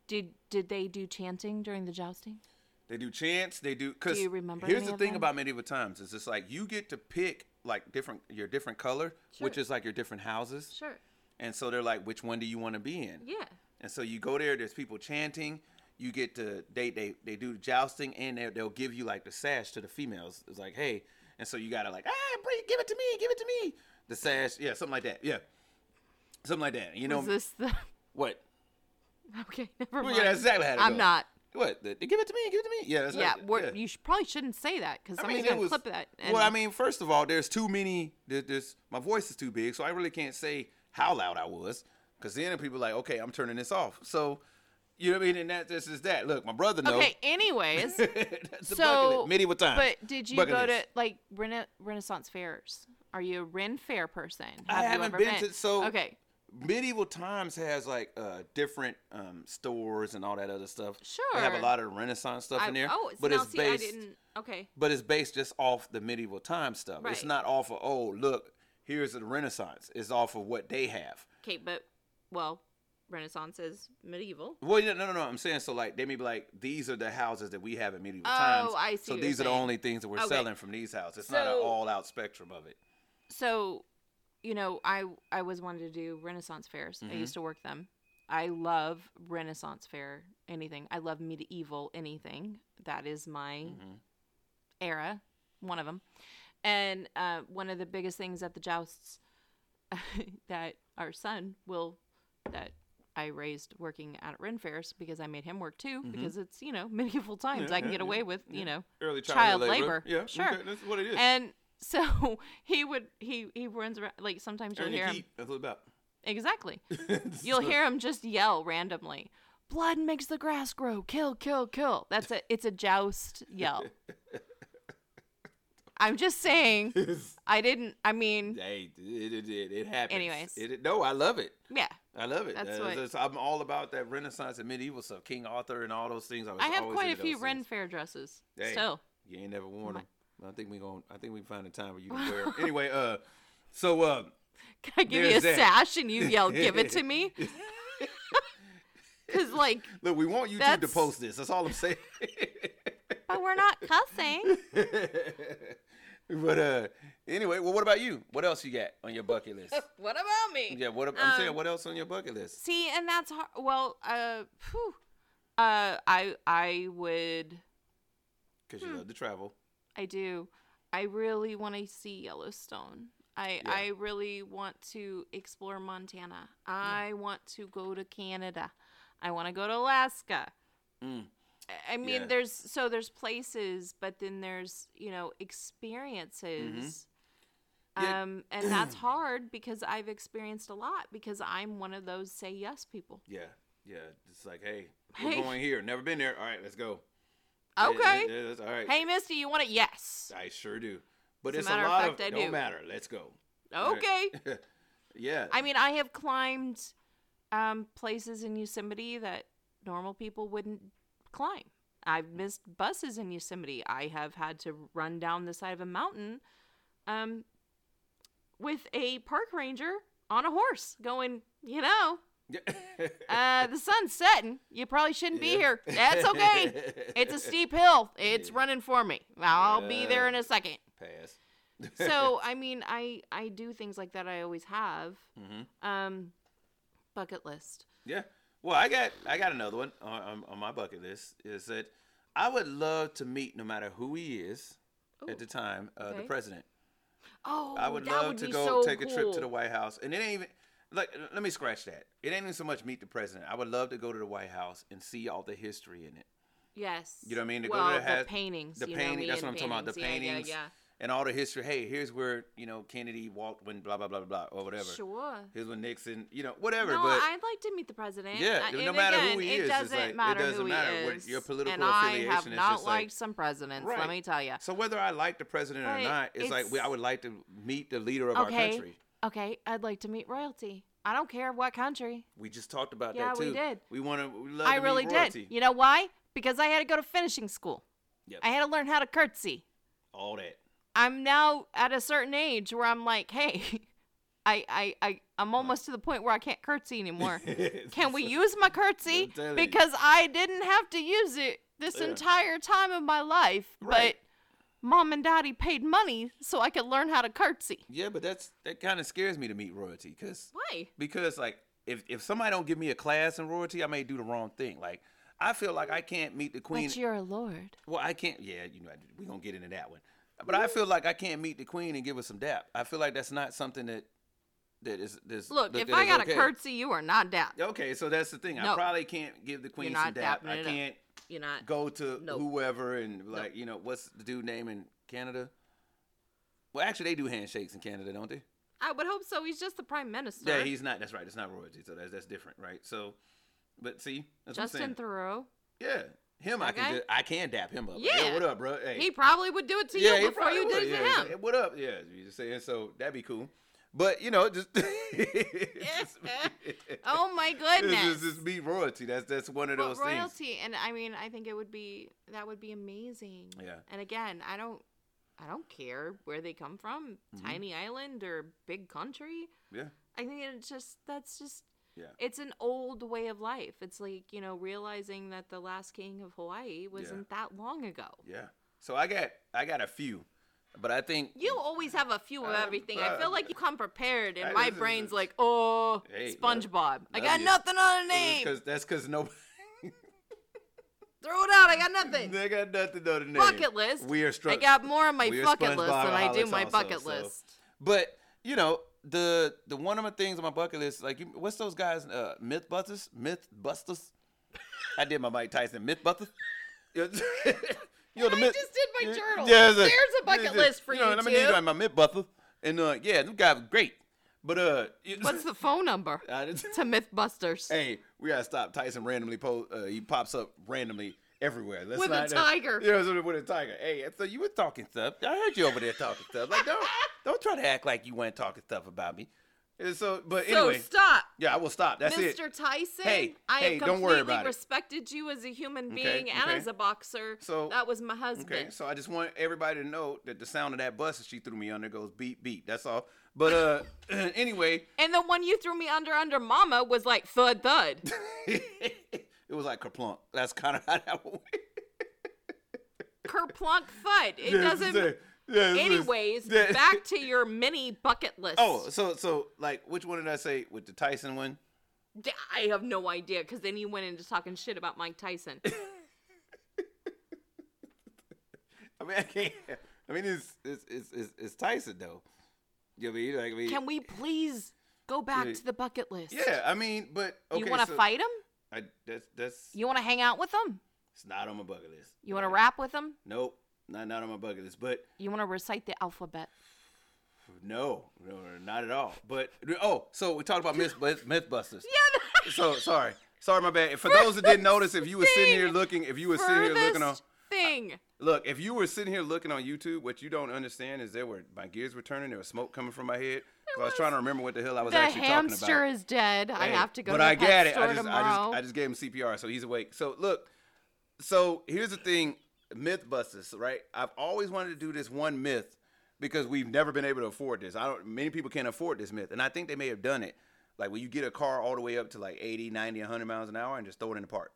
Speaker 2: Did did they do chanting during the jousting?
Speaker 4: They do chants. They do because
Speaker 2: Do you remember
Speaker 4: here's
Speaker 2: any
Speaker 4: the
Speaker 2: of
Speaker 4: thing
Speaker 2: them?
Speaker 4: about medieval times is it's like you get to pick like different your different color, which
Speaker 2: Sure.
Speaker 4: is like your different houses,
Speaker 2: Sure.
Speaker 4: and so they're like, which one do you want to be in?
Speaker 2: Yeah.
Speaker 4: And so you go there. There's people chanting. You get to they they they do jousting, and they- they'll give you like the sash to the females. It's like hey, and so you gotta like ah, bring, give it to me, give it to me. The sash, yeah, something like that, yeah, something like that. You know
Speaker 2: Is this the?
Speaker 4: what?
Speaker 2: Okay, never
Speaker 4: Well,
Speaker 2: mind.
Speaker 4: yeah, that's exactly how it
Speaker 2: I'm
Speaker 4: goes.
Speaker 2: not.
Speaker 4: What? The, give it to me. Give it to me. Yeah, that's
Speaker 2: yeah,
Speaker 4: right.
Speaker 2: we're, you sh- probably shouldn't say that because somebody's
Speaker 4: it
Speaker 2: gonna
Speaker 4: was-
Speaker 2: clip that. And
Speaker 4: Well, I mean, first of all, there's too many. There, there's my voice is too big, so I really can't say how loud I was, because then people like, okay, I'm turning this off. So, you know what I mean? And that this is that. Look, my brother knows.
Speaker 2: okay. Anyways,
Speaker 4: That's the bucket
Speaker 2: so
Speaker 4: list. medieval times.
Speaker 2: But did you
Speaker 4: Bucket
Speaker 2: go
Speaker 4: list.
Speaker 2: to like rena- Renaissance fairs? Are you a Ren Fair person?
Speaker 4: I
Speaker 2: Have you
Speaker 4: haven't
Speaker 2: ever
Speaker 4: been to- so-
Speaker 2: okay,
Speaker 4: medieval times has like uh different um stores and all that other stuff. They have a
Speaker 2: Sure.
Speaker 4: lot of Renaissance stuff
Speaker 2: I,
Speaker 4: in there.
Speaker 2: oh, it's,
Speaker 4: but
Speaker 2: now,
Speaker 4: it's
Speaker 2: see,
Speaker 4: based
Speaker 2: I didn't. Okay,
Speaker 4: but it's based just off the medieval time stuff. It's
Speaker 2: Right.
Speaker 4: not off of oh look, here's the Renaissance. It's off of what they have.
Speaker 2: okay, but well, Renaissance is medieval.
Speaker 4: Well, yeah, no, no, no. I'm saying so like they may be like these are the houses that we have in medieval
Speaker 2: Oh,
Speaker 4: times.
Speaker 2: I see
Speaker 4: So
Speaker 2: what you're
Speaker 4: these are the
Speaker 2: saying.
Speaker 4: only things that we're
Speaker 2: Okay.
Speaker 4: selling from these houses. It's not an
Speaker 2: So-
Speaker 4: all out spectrum of it.
Speaker 2: So, you know, I I always wanted to do Renaissance fairs. I used to work them. I love Renaissance fair anything. I love medieval anything. That is my
Speaker 4: Mm-hmm.
Speaker 2: era, one of them. And uh, one of the biggest things at the jousts that our son will that I raised working at Ren Fairs because I made him work too because it's you know medieval times I can get away with you know
Speaker 4: Early
Speaker 2: child, labor. sure
Speaker 4: that's what it is.
Speaker 2: and so he would he he runs around like sometimes you'll hear him
Speaker 4: That's what about.
Speaker 2: exactly you'll hear him just yell randomly blood makes the grass grow kill kill kill that's a it's a joust yell i'm just saying i didn't i mean
Speaker 4: Hey, it, it, it, it happens.
Speaker 2: Anyways.
Speaker 4: It, it- no, I love it.
Speaker 2: yeah
Speaker 4: I love it.
Speaker 2: That's
Speaker 4: Uh,
Speaker 2: what-
Speaker 4: that's- I'm all about that Renaissance and medieval stuff. King Arthur and all those things. I, was
Speaker 2: i have
Speaker 4: always
Speaker 2: quite a
Speaker 4: into
Speaker 2: few
Speaker 4: those
Speaker 2: ren
Speaker 4: things.
Speaker 2: fair dresses
Speaker 4: Hey,
Speaker 2: so
Speaker 4: you ain't never worn them. I think we going I think we can find a time for you to wear. 'em. anyway, uh, so uh,
Speaker 2: can i give you a
Speaker 4: there's that.
Speaker 2: sash and you yell give it to me because like
Speaker 4: look, we want YouTube to
Speaker 2: That's-
Speaker 4: post this. That's all I'm saying.
Speaker 2: but we're not cussing
Speaker 4: but uh, anyway, well, what about you? What else you got on your bucket list?
Speaker 2: what about me
Speaker 4: Yeah, what I'm saying,
Speaker 2: Um,
Speaker 4: what else on your bucket list?
Speaker 2: See, and that's hard. Well, uh, phew. uh, I I would
Speaker 4: Because
Speaker 2: hmm.
Speaker 4: you love to travel.
Speaker 2: I do. I really want to see Yellowstone. I
Speaker 4: Yeah.
Speaker 2: I really want to explore Montana. I want to go to Canada. I want to go to Alaska.
Speaker 4: Mm.
Speaker 2: I- I mean,
Speaker 4: Yeah.
Speaker 2: there's so there's places, but then there's you know experiences.
Speaker 4: Mm-hmm. Yeah.
Speaker 2: Um, and that's hard because I've experienced a lot because I'm one of those say yes people.
Speaker 4: Yeah, yeah. It's like, hey, we're
Speaker 2: Hey.
Speaker 4: going here. Never been there. All right, let's go. Yeah,
Speaker 2: Okay.
Speaker 4: yeah, yeah, that's all right.
Speaker 2: Hey, Misty, you want it? Yes.
Speaker 4: I sure do. But
Speaker 2: As a
Speaker 4: it's a,
Speaker 2: matter of
Speaker 4: lot
Speaker 2: fact, I
Speaker 4: no
Speaker 2: do.
Speaker 4: matter. Let's go. Right.
Speaker 2: Okay.
Speaker 4: Yeah.
Speaker 2: I mean, I have climbed um, places in Yosemite that normal people wouldn't climb. I've missed buses in Yosemite. I have had to run down the side of a mountain um, with a park ranger on a horse going, you know,
Speaker 4: Yeah.
Speaker 2: uh, the sun's setting. You probably shouldn't be
Speaker 4: Yeah.
Speaker 2: here. That's okay. it's a steep hill. It's running for me. I'll be there in a second.
Speaker 4: Pass.
Speaker 2: so i mean i i do things like that i always have
Speaker 4: Mm-hmm.
Speaker 2: um bucket list
Speaker 4: Yeah. Well, I got I got another one on, on, on my bucket list is that I would love to meet no matter who he is at the time uh, the
Speaker 2: okay.
Speaker 4: president.
Speaker 2: oh
Speaker 4: I would
Speaker 2: that
Speaker 4: love
Speaker 2: would
Speaker 4: to
Speaker 2: be
Speaker 4: go
Speaker 2: so
Speaker 4: take a trip to the
Speaker 2: cool.
Speaker 4: White House, and it ain't even like let me scratch that. It ain't even so much meet the president. I would love to go to the White House and see all the history in it.
Speaker 2: yes
Speaker 4: You know what I mean? To
Speaker 2: well,
Speaker 4: go to the,
Speaker 2: the
Speaker 4: house-
Speaker 2: paintings
Speaker 4: the
Speaker 2: you know
Speaker 4: painting.
Speaker 2: me
Speaker 4: that's what I'm
Speaker 2: and
Speaker 4: talking about. The
Speaker 2: paintings.
Speaker 4: paintings
Speaker 2: yeah, yeah,
Speaker 4: and all the history. Hey, here's where you know Kennedy walked when blah blah blah blah blah or
Speaker 2: yeah.
Speaker 4: whatever.
Speaker 2: sure
Speaker 4: Here's when Nixon. You know whatever.
Speaker 2: no,
Speaker 4: but
Speaker 2: I'd like to meet the president.
Speaker 4: Yeah,
Speaker 2: Uh,
Speaker 4: no
Speaker 2: and
Speaker 4: matter who
Speaker 2: again,
Speaker 4: he
Speaker 2: it
Speaker 4: is, it's
Speaker 2: doesn't
Speaker 4: like, it
Speaker 2: matter
Speaker 4: doesn't
Speaker 2: who
Speaker 4: matter
Speaker 2: he
Speaker 4: what
Speaker 2: is.
Speaker 4: your political
Speaker 2: and I
Speaker 4: affiliation
Speaker 2: have
Speaker 4: is
Speaker 2: not
Speaker 4: just like-
Speaker 2: liked some presidents. Let
Speaker 4: Right.
Speaker 2: me tell you.
Speaker 4: So whether I like the president or
Speaker 2: But
Speaker 4: not, it's, like we, I
Speaker 2: it's-
Speaker 4: would like to meet the leader of our
Speaker 2: okay,
Speaker 4: country.
Speaker 2: okay, I'd like to meet royalty. I don't care what country.
Speaker 4: We just talked about
Speaker 2: Yeah,
Speaker 4: that too.
Speaker 2: we did.
Speaker 4: We want to. We love to
Speaker 2: I
Speaker 4: meet
Speaker 2: really
Speaker 4: royalty.
Speaker 2: did. You know why? Because I had to go to finishing school.
Speaker 4: Yep.
Speaker 2: I had to learn how to curtsy.
Speaker 4: All that.
Speaker 2: I'm now at a certain age where I'm like, hey, I, I, I, I'm almost to the point where I can't curtsy anymore. Can we use my curtsy?
Speaker 4: I'm telling you.
Speaker 2: Because I didn't have to use it this
Speaker 4: Yeah.
Speaker 2: entire time of my life,
Speaker 4: Right.
Speaker 2: but mom and daddy paid money so I could learn how to curtsy.
Speaker 4: Yeah, but that's that kind of scares me to meet royalty because
Speaker 2: Why?
Speaker 4: because like if if somebody don't give me a class in royalty, I may do the wrong thing. Like I feel like I can't meet the queen.
Speaker 2: But you're a lord.
Speaker 4: well, I can't. Yeah, you know, we gonna get into that one. But I feel like I can't meet the queen and give her some dap. I feel like that's not something that that is. That's
Speaker 2: Look,
Speaker 4: looked
Speaker 2: if
Speaker 4: at
Speaker 2: I
Speaker 4: as
Speaker 2: got
Speaker 4: okay.
Speaker 2: a curtsy, you are not dap.
Speaker 4: Okay, so that's the thing. I
Speaker 2: No.
Speaker 4: probably can't give the queen
Speaker 2: You're
Speaker 4: some
Speaker 2: not
Speaker 4: dap.
Speaker 2: dapping
Speaker 4: I
Speaker 2: it up.
Speaker 4: can't
Speaker 2: You're not.
Speaker 4: go to
Speaker 2: Nope.
Speaker 4: whoever and like you know what's the dude name in Canada? Well, actually, they do handshakes in Canada, don't they?
Speaker 2: I would hope so. He's just the prime minister.
Speaker 4: Yeah, he's not. That's right. It's not royalty, so that's that's different, right? So, but see, that's what I'm
Speaker 2: Justin
Speaker 4: saying.
Speaker 2: Thoreau.
Speaker 4: yeah, him I can
Speaker 2: Okay.
Speaker 4: just, I can dap him up. Like,
Speaker 2: Yeah.
Speaker 4: "Yo, what up, bro? Hey,
Speaker 2: He probably would do it to
Speaker 4: yeah,
Speaker 2: you
Speaker 4: he
Speaker 2: before
Speaker 4: probably
Speaker 2: you did it
Speaker 4: would.
Speaker 2: to
Speaker 4: yeah,
Speaker 2: him.
Speaker 4: he's like, "Hey, what up? Yeah, you just saying so that'd be cool. But you know, just, it's just-
Speaker 2: oh my
Speaker 4: It's
Speaker 2: goodness.
Speaker 4: just, it's me royalty. That's that's one of
Speaker 2: But
Speaker 4: those
Speaker 2: royalty, and I mean, I think it would be that would be amazing.
Speaker 4: Yeah.
Speaker 2: And again, I don't, I don't care where they come from,
Speaker 4: Mm-hmm.
Speaker 2: tiny island or big country.
Speaker 4: things.
Speaker 2: I think it's just that's just
Speaker 4: Yeah, yeah,
Speaker 2: it's an old way of life. It's like you know realizing that the last king of Hawaii wasn't that long ago.
Speaker 4: yeah. So I got I got a few, but I think
Speaker 2: You always have a few of
Speaker 4: Uh,
Speaker 2: everything. I feel
Speaker 4: uh,
Speaker 2: like you come prepared, and
Speaker 4: I-
Speaker 2: my
Speaker 4: this is-
Speaker 2: brain's like, oh,
Speaker 4: Hey, love-
Speaker 2: SpongeBob. I
Speaker 4: love
Speaker 2: got
Speaker 4: you.
Speaker 2: nothing on a
Speaker 4: It
Speaker 2: name.
Speaker 4: was 'cause- that's because nobody.
Speaker 2: Throw it out. I got nothing.
Speaker 4: they got nothing to name.
Speaker 2: Bucket list.
Speaker 4: We are struck.
Speaker 2: I got more on my
Speaker 4: we are
Speaker 2: bucket list
Speaker 4: SpongeBob
Speaker 2: than I do
Speaker 4: alcoholics
Speaker 2: my
Speaker 4: also,
Speaker 2: bucket
Speaker 4: so-
Speaker 2: list.
Speaker 4: But you know the the one of my things on my bucket list, like you, what's those guys? Uh, Mythbusters, Mythbusters. I did my Mike Tyson Mythbusters. you know, the
Speaker 2: I
Speaker 4: myth-
Speaker 2: just did my
Speaker 4: Yeah,
Speaker 2: journal.
Speaker 4: yeah, it's
Speaker 2: There's a bucket
Speaker 4: it's
Speaker 2: list for you
Speaker 4: know, I'm gonna need
Speaker 2: two.
Speaker 4: like, my Mythbusters, and uh, yeah, them guys were great. But uh, you-
Speaker 2: What's the phone number
Speaker 4: I just-
Speaker 2: to MythBusters?
Speaker 4: hey, we gotta stop Tyson randomly. Po- uh, he pops up randomly everywhere. Let's
Speaker 2: With a
Speaker 4: not- uh,
Speaker 2: tiger.
Speaker 4: Yeah, so- with a tiger. Hey, so you were talking stuff. I heard you over there talking stuff. Like don't don't try to act like you weren't talking stuff about me. And so, but
Speaker 2: so
Speaker 4: anyway,
Speaker 2: stop,
Speaker 4: yeah, I will stop. That's it.
Speaker 2: Mr. Tyson.
Speaker 4: Hey,
Speaker 2: I
Speaker 4: hey,
Speaker 2: have
Speaker 4: don't
Speaker 2: completely
Speaker 4: worry about it.
Speaker 2: respected you as a human being
Speaker 4: Okay,
Speaker 2: and
Speaker 4: okay.
Speaker 2: as a boxer.
Speaker 4: So-
Speaker 2: that was my husband.
Speaker 4: Okay, so I just want everybody to know that the sound of that bus that she threw me under goes beep beep. That's all. But uh, anyway,
Speaker 2: And the one you threw me under under Mama was like thud thud.
Speaker 4: it was like kerplunk. That's kind of how that went.
Speaker 2: Kerplunk thud. It doesn't. Anyways,
Speaker 4: Yeah.
Speaker 2: back to your mini bucket list.
Speaker 4: Oh, so so like which one did I say with the Tyson one?
Speaker 2: D- I have no idea because then you went into talking shit about Mike Tyson.
Speaker 4: I mean, I can't. I mean, it's it's it's it's, it's Tyson though. You know what I mean? Like, I mean,
Speaker 2: Can we please go back
Speaker 4: Yeah.
Speaker 2: to the bucket list?
Speaker 4: yeah, I mean, but okay,
Speaker 2: you want to
Speaker 4: so
Speaker 2: fight him?
Speaker 4: I, that's that's
Speaker 2: You want to hang out with him?
Speaker 4: it's not on my bucket list.
Speaker 2: You want to rap with him?
Speaker 4: Nope, not not on my bucket list. But
Speaker 2: You want to recite the alphabet?
Speaker 4: no, no, no, not at all. But oh, so we talked about myth, MythBusters.
Speaker 2: Yeah.
Speaker 4: So sorry, sorry, my bad. For those that didn't notice, if you were sitting here
Speaker 2: thing-
Speaker 4: looking, if you were
Speaker 2: The
Speaker 4: sitting here looking on,
Speaker 2: furthest thing.
Speaker 4: Look, if you were sitting here looking on YouTube, what you don't understand is there were my gears were turning, there was smoke coming from my head. 'cause I was trying to remember what the hell I was
Speaker 2: The
Speaker 4: actually talking about.
Speaker 2: hamster is dead. I
Speaker 4: Hey,
Speaker 2: have to go
Speaker 4: but
Speaker 2: to the
Speaker 4: I
Speaker 2: pet
Speaker 4: get it.
Speaker 2: store
Speaker 4: I just, I
Speaker 2: tomorrow.
Speaker 4: just I just gave him CPR, so he's awake. So look, so here's the thing, MythBusters, right? I've always wanted to do this one myth because we've never been able to afford this. I don't. Many people can't afford this myth, and I think they may have done it. Like when you get a car all the way up to like 80, 90, 100 miles an hour and just throw it in the park.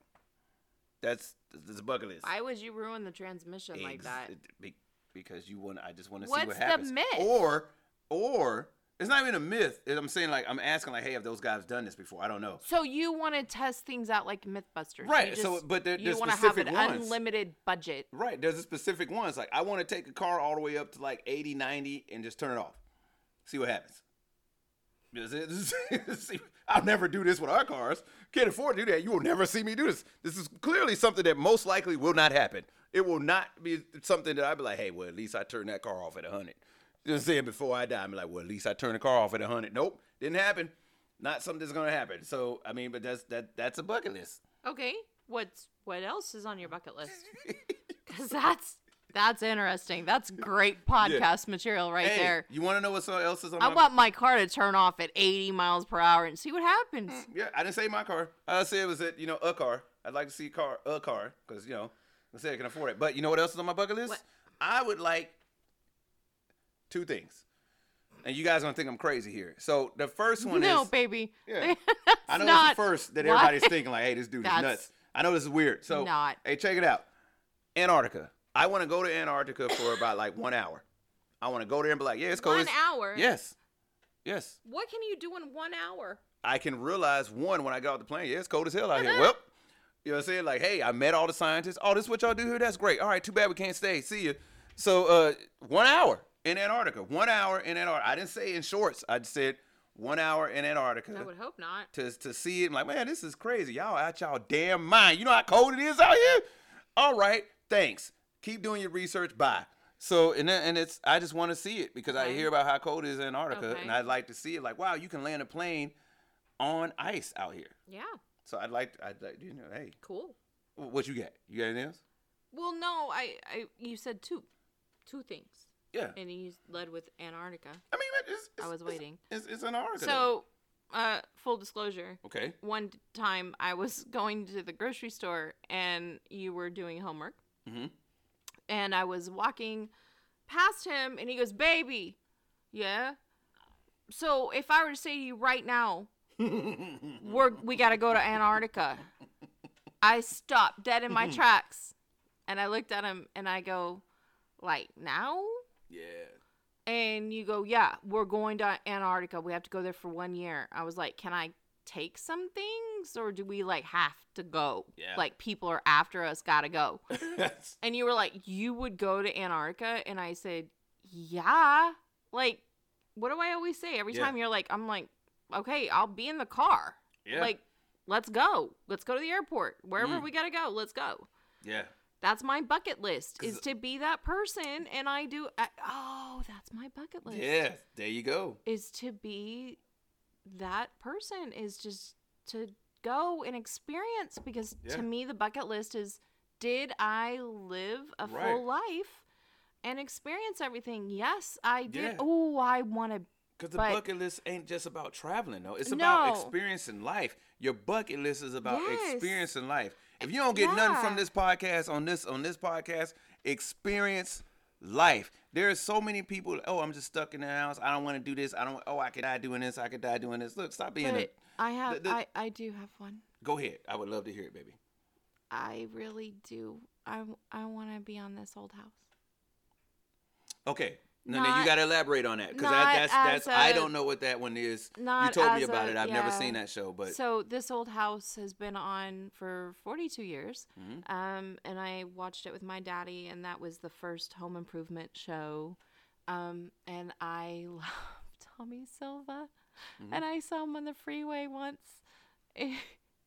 Speaker 4: That's that's a bucket list.
Speaker 2: Why would you ruin the transmission like
Speaker 4: Ex-
Speaker 2: that?
Speaker 4: be- because you want. I just want to see
Speaker 2: What's
Speaker 4: what
Speaker 2: the
Speaker 4: happens.
Speaker 2: myth?
Speaker 4: Or, or it's not even a myth. It- I'm saying like I'm asking like, hey, have those guys done this before? I don't know.
Speaker 2: So you want to test things out like MythBusters,
Speaker 4: Right,
Speaker 2: You
Speaker 4: so- but there-
Speaker 2: you
Speaker 4: there's
Speaker 2: wanna have
Speaker 4: specific
Speaker 2: an
Speaker 4: ones.
Speaker 2: unlimited budget.
Speaker 4: Right. There's a specific ones. Like I want to take a car all the way up to like 80, 90 and just turn it off. See what happens. Yes, it- see, I'll never do this with our cars. Can't afford to do that. You will never see me do this. This is clearly something that most likely will not happen. It will not be something that I'd be like, hey, well, at least I turned that car off at 100. You know what I'm saying? Before I die, I'm like, well, at least I turned the car off at 100. Nope, didn't happen. Not something that's going to happen. So, I mean, but that's that that's a bucket list.
Speaker 2: Okay, what's what else is on your bucket list? Because that's that's interesting. That's great podcast material right
Speaker 4: Hey, um,
Speaker 2: there.
Speaker 4: you want to know what else is on
Speaker 2: I
Speaker 4: my
Speaker 2: want my car to turn off at 80 miles per hour and see what happens.
Speaker 4: Yeah, I didn't say my car. I said it was at you know a car. I'd like to see a car, a car, because you know, I said I can afford it. But you know what else is on my bucket list?
Speaker 2: What?
Speaker 4: I would like two things, and you guys gonna think I'm crazy here. So the first one
Speaker 2: no,
Speaker 4: is
Speaker 2: baby.
Speaker 4: Yeah.
Speaker 2: That's
Speaker 4: I know it's
Speaker 2: not
Speaker 4: the first that
Speaker 2: why-
Speaker 4: everybody's thinking like, hey, this dude is
Speaker 2: That's
Speaker 4: nuts. I know this is weird. So
Speaker 2: not.
Speaker 4: hey, check it out. Antarctica. I want to go to Antarctica for about like one hour. I want to go there and be like, yeah, it's cold.
Speaker 2: One
Speaker 4: It's-
Speaker 2: hour.
Speaker 4: Yes, yes.
Speaker 2: What can you do in one hour?
Speaker 4: I can realize one when I got off the plane. Yeah, it's cold as hell out here. Well, you know what I'm saying? Like, hey, I met all the scientists. Oh, this is what y'all do here. That's great. All right, too bad we can't stay. See you. So, uh, one hour in Antarctica. One hour in Antarctica. I didn't say in shorts. I just said one hour in
Speaker 2: I
Speaker 4: Antarctica
Speaker 2: would hope not.
Speaker 4: to to see it. I'm like, man, this is crazy. Y'all out y'all damn mind. You know how cold it is out here. all right, thanks. Keep doing your research. Bye. So and then, and it's I just want to see it because I
Speaker 2: Okay.
Speaker 4: hear about how cold it is in Antarctica
Speaker 2: Okay.
Speaker 4: and I'd like to see it. Like wow, you can land a plane on ice out here.
Speaker 2: Yeah,
Speaker 4: So I'd like I'd like you know hey
Speaker 2: cool.
Speaker 4: wh- what you got? You got anything else?
Speaker 2: Well, no, I, I you said two, two things,
Speaker 4: Yeah.
Speaker 2: and you led with Antarctica.
Speaker 4: I mean it's, it's
Speaker 2: I was
Speaker 4: it's-
Speaker 2: waiting.
Speaker 4: It's, it's Antarctica.
Speaker 2: So, uh, full disclosure.
Speaker 4: okay.
Speaker 2: One t- time I was going to the grocery store and you were doing homework.
Speaker 4: Mhm.
Speaker 2: And I was walking past him and he goes, Baby, yeah? So if I were to say to you right now, we're, we got to go to Antarctica, I stopped dead in my tracks and I looked at him and I go, Like now?
Speaker 4: Yeah.
Speaker 2: and you go, "Yeah, we're going to Antarctica. We have to go there for one year." I was like, "Can I take some things, or do we like have to go?
Speaker 4: Yeah.
Speaker 2: Like people are after us, gotta go."
Speaker 4: That's-
Speaker 2: and you were like, "You would go to Antarctica?" And I said, "Yeah." Like, what do I always say every
Speaker 4: Yeah.
Speaker 2: time you're like, "I'm like, okay, I'll be in the car.
Speaker 4: yeah.
Speaker 2: Like, let's go. Let's go to the airport. Wherever
Speaker 4: Mm.
Speaker 2: we gotta go, let's go."
Speaker 4: yeah.
Speaker 2: That's my bucket list is
Speaker 4: 'Cause-
Speaker 2: to be that person, and I do. I, oh, that's my bucket list
Speaker 4: Yeah. There you go.
Speaker 2: is to be that person is just to go and experience because
Speaker 4: Yeah.
Speaker 2: to me the bucket list is did i live a
Speaker 4: Right.
Speaker 2: full life and experience everything yes i did
Speaker 4: Yeah.
Speaker 2: oh i want to
Speaker 4: Because the
Speaker 2: But-
Speaker 4: bucket list ain't just about traveling, though. It's about
Speaker 2: No.
Speaker 4: experiencing life. Your bucket list is about
Speaker 2: Yes.
Speaker 4: experiencing life. If you don't get nothing from
Speaker 2: Yeah.
Speaker 4: this podcast, on this on this podcast, experience life. There are so many people. Oh, I'm just stuck in the house. I don't want to do this. I don't. Oh, I could die doing this. I could die doing this. Look, stop being. A,
Speaker 2: but i have
Speaker 4: the-
Speaker 2: I, I do have one
Speaker 4: go ahead. I would love to hear it, baby.
Speaker 2: i really do i, I want to be on this old house
Speaker 4: Okay. No, no, you
Speaker 2: Not-
Speaker 4: got to elaborate on that because
Speaker 2: not
Speaker 4: that's that's
Speaker 2: as
Speaker 4: I I
Speaker 2: a-
Speaker 4: don't know what that one is. You
Speaker 2: not
Speaker 4: told me
Speaker 2: as
Speaker 4: about
Speaker 2: a-
Speaker 4: it. I've never
Speaker 2: yeah.
Speaker 4: seen that show, but
Speaker 2: so this old house has been on for 42 years
Speaker 4: Mhm.
Speaker 2: um, and i watched it with my daddy and that was the first home improvement show um, and i love tommy silva and i saw him on the freeway once in,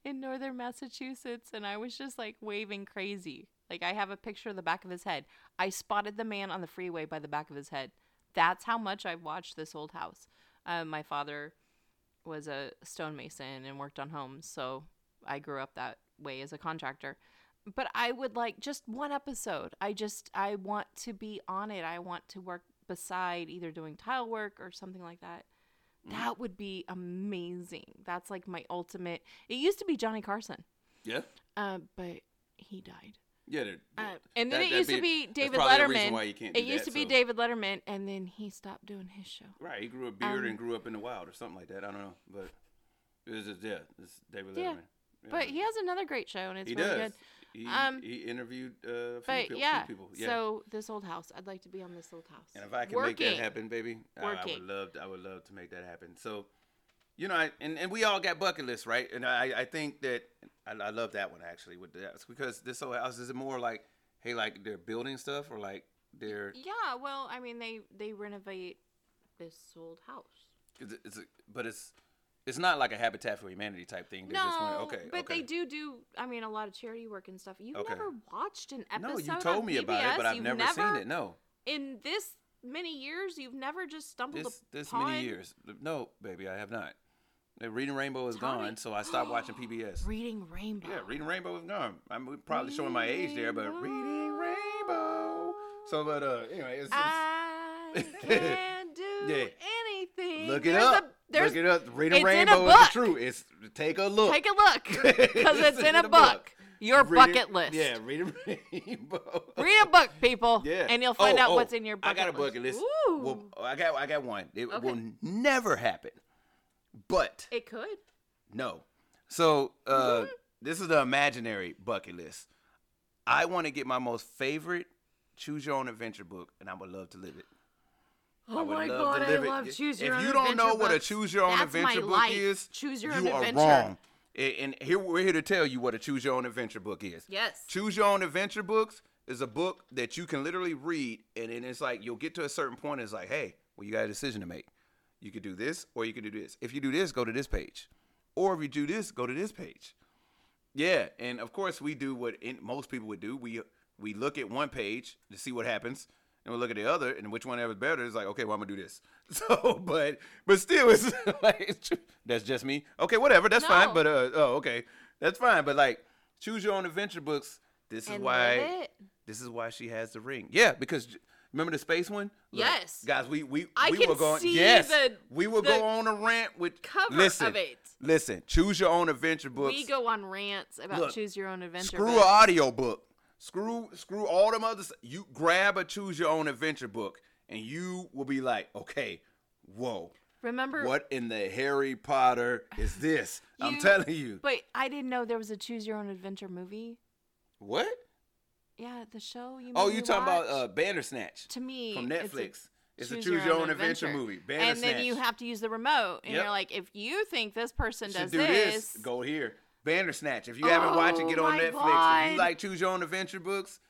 Speaker 2: in northern massachusetts and i was just like waving crazy like i have a picture of the back of his head i spotted the man on the freeway by the back of his head that's how much i've watched this old house uh, my father was a stonemason and worked on homes, so I grew up that way as a contractor. But I would like just one episode. I just I want to be on it. I want to work beside either doing tile work or something like that. That would be amazing. That's like my ultimate. It used to be Johnny Carson,
Speaker 4: yeah,
Speaker 2: uh, but he died.
Speaker 4: yeah. there-
Speaker 2: Uh, and then
Speaker 4: that-
Speaker 2: it
Speaker 4: that'd
Speaker 2: used to
Speaker 4: be-
Speaker 2: be
Speaker 4: that's
Speaker 2: David
Speaker 4: probably the reason
Speaker 2: Letterman.
Speaker 4: why you can't do
Speaker 2: it used
Speaker 4: that,
Speaker 2: to be
Speaker 4: so-
Speaker 2: David Letterman, and then he stopped doing his show.
Speaker 4: Right, he grew a beard
Speaker 2: Um,
Speaker 4: and grew up in the wild or something like that. I don't know, but it was just yeah, it's David
Speaker 2: Yeah,
Speaker 4: Letterman. Yeah.
Speaker 2: But he has another great show, and it's
Speaker 4: he
Speaker 2: really
Speaker 4: does.
Speaker 2: good.
Speaker 4: He,
Speaker 2: Um,
Speaker 4: he interviewed uh, a few,
Speaker 2: But
Speaker 4: people,
Speaker 2: yeah,
Speaker 4: few people. Yeah.
Speaker 2: so this old house, I'd like to be on this old house.
Speaker 4: and if I can make that happen, baby, I, I would
Speaker 2: Working.
Speaker 4: love. I would love to make that happen. So, you know, I, and and we all got bucket lists, right? And I I think that I, I love that one actually with that because this whole house is more like hey, like they're building stuff or like they're
Speaker 2: Yeah, well, I mean, they they renovate this old house.
Speaker 4: it's, it's a- but it's it's not like a Habitat for Humanity type thing. They
Speaker 2: no,
Speaker 4: just want, okay,
Speaker 2: but
Speaker 4: okay.
Speaker 2: they do do. I mean, a lot of charity work and stuff. You've
Speaker 4: Okay.
Speaker 2: never watched an episode.
Speaker 4: No, you
Speaker 2: on
Speaker 4: told me about it,
Speaker 2: PBS?
Speaker 4: but I've
Speaker 2: You've
Speaker 4: never, seen it. No,
Speaker 2: in this many years. You've never just stumbled
Speaker 4: this this
Speaker 2: upon
Speaker 4: many years. No, baby, I have not. Uh, Reading Rainbow is
Speaker 2: Tommy.
Speaker 4: gone, so I stopped watching PBS.
Speaker 2: Reading Rainbow.
Speaker 4: yeah, Reading Rainbow is gone. I'm probably showing my age there, but Reading
Speaker 2: Reading
Speaker 4: Rainbow. So, but uh, anyway, it's, it's
Speaker 2: I can't do
Speaker 4: Yeah.
Speaker 2: anything.
Speaker 4: look it
Speaker 2: There's
Speaker 4: up.
Speaker 2: A, there's
Speaker 4: look it up. Reading
Speaker 2: it's in a
Speaker 4: Rainbow is the
Speaker 2: book.
Speaker 4: truth. It's take a look.
Speaker 2: Take a look because it's in a book. Your
Speaker 4: Reading-
Speaker 2: bucket list.
Speaker 4: Yeah, Reading Rainbow.
Speaker 2: Read a book, people.
Speaker 4: Yeah.
Speaker 2: And you'll find
Speaker 4: Oh,
Speaker 2: out
Speaker 4: oh,
Speaker 2: what's in your bucket
Speaker 4: I got a bucket list.
Speaker 2: Ooh.
Speaker 4: Well, I got I got one. It
Speaker 2: Okay.
Speaker 4: will never happen. But
Speaker 2: it could.
Speaker 4: no. So uh, this is the imaginary bucket list. I want to get my most favorite choose your own adventure book, and I would love to live it. I
Speaker 2: Oh
Speaker 4: would
Speaker 2: my
Speaker 4: love
Speaker 2: god,
Speaker 4: to
Speaker 2: I
Speaker 4: live it.
Speaker 2: love choose your
Speaker 4: if
Speaker 2: own
Speaker 4: you don't know
Speaker 2: adventure
Speaker 4: what a
Speaker 2: books.
Speaker 4: choose your own
Speaker 2: That's
Speaker 4: adventure
Speaker 2: my
Speaker 4: book
Speaker 2: life.
Speaker 4: is,
Speaker 2: Choose your own
Speaker 4: you
Speaker 2: adventure.
Speaker 4: are wrong. A- And here we're here to tell you what a choose your own adventure book is.
Speaker 2: Yes.
Speaker 4: Choose Your Own Adventure books is a book that you can literally read, and then it's like you'll get to a certain point. And it's like, hey, well, you got a decision to make. You could do this, or you could do this. If you do this, go to this page, or if you do this, go to this page. Yeah, and of course we do what in, most people would do. We we look at one page to see what happens, and we look at the other, and which one ever better is like, okay, well I'm gonna do this. So, but but still, it's like it's tr- that's just me. Okay, whatever, that's fine.
Speaker 2: No.
Speaker 4: But uh, oh, okay, that's fine. But like, choose your own adventure books. This is
Speaker 2: And
Speaker 4: why
Speaker 2: live it.
Speaker 4: this is why she has the ring. Yeah, because j- remember the space one?
Speaker 2: Yes.
Speaker 4: guys, we we
Speaker 2: I
Speaker 4: we
Speaker 2: can
Speaker 4: were going.
Speaker 2: see
Speaker 4: yes,
Speaker 2: the-
Speaker 4: we will
Speaker 2: the
Speaker 4: go on a rant with
Speaker 2: cover of
Speaker 4: listen,
Speaker 2: it.
Speaker 4: Listen, choose your own adventure books.
Speaker 2: We go on rants about
Speaker 4: Look,
Speaker 2: choose your own adventure.
Speaker 4: Screw an
Speaker 2: books.
Speaker 4: audio book. Screw screw all them others. You grab a choose your own adventure book, and you will be like, okay, whoa,
Speaker 2: Remember
Speaker 4: what in the Harry Potter is this? I'm
Speaker 2: You-
Speaker 4: telling you.
Speaker 2: Wait, I didn't know there was a choose your own adventure movie.
Speaker 4: What?
Speaker 2: Yeah, the show you.
Speaker 4: Oh,
Speaker 2: made
Speaker 4: you
Speaker 2: me
Speaker 4: talking about
Speaker 2: watch.
Speaker 4: uh, Bandersnatch
Speaker 2: to me
Speaker 4: from
Speaker 2: it's a
Speaker 4: Netflix? It's a choose, your own adventure, movie.
Speaker 2: and
Speaker 4: Bandersnatch.
Speaker 2: then you have to use the remote, and
Speaker 4: Yep.
Speaker 2: you're like, if you think this person
Speaker 4: Should
Speaker 2: does
Speaker 4: do
Speaker 2: this,
Speaker 4: this. Go here. Bandersnatch. If you haven't watched it,
Speaker 2: Oh
Speaker 4: get on
Speaker 2: my
Speaker 4: Netflix. If you
Speaker 2: God.
Speaker 4: like choose your own adventure books,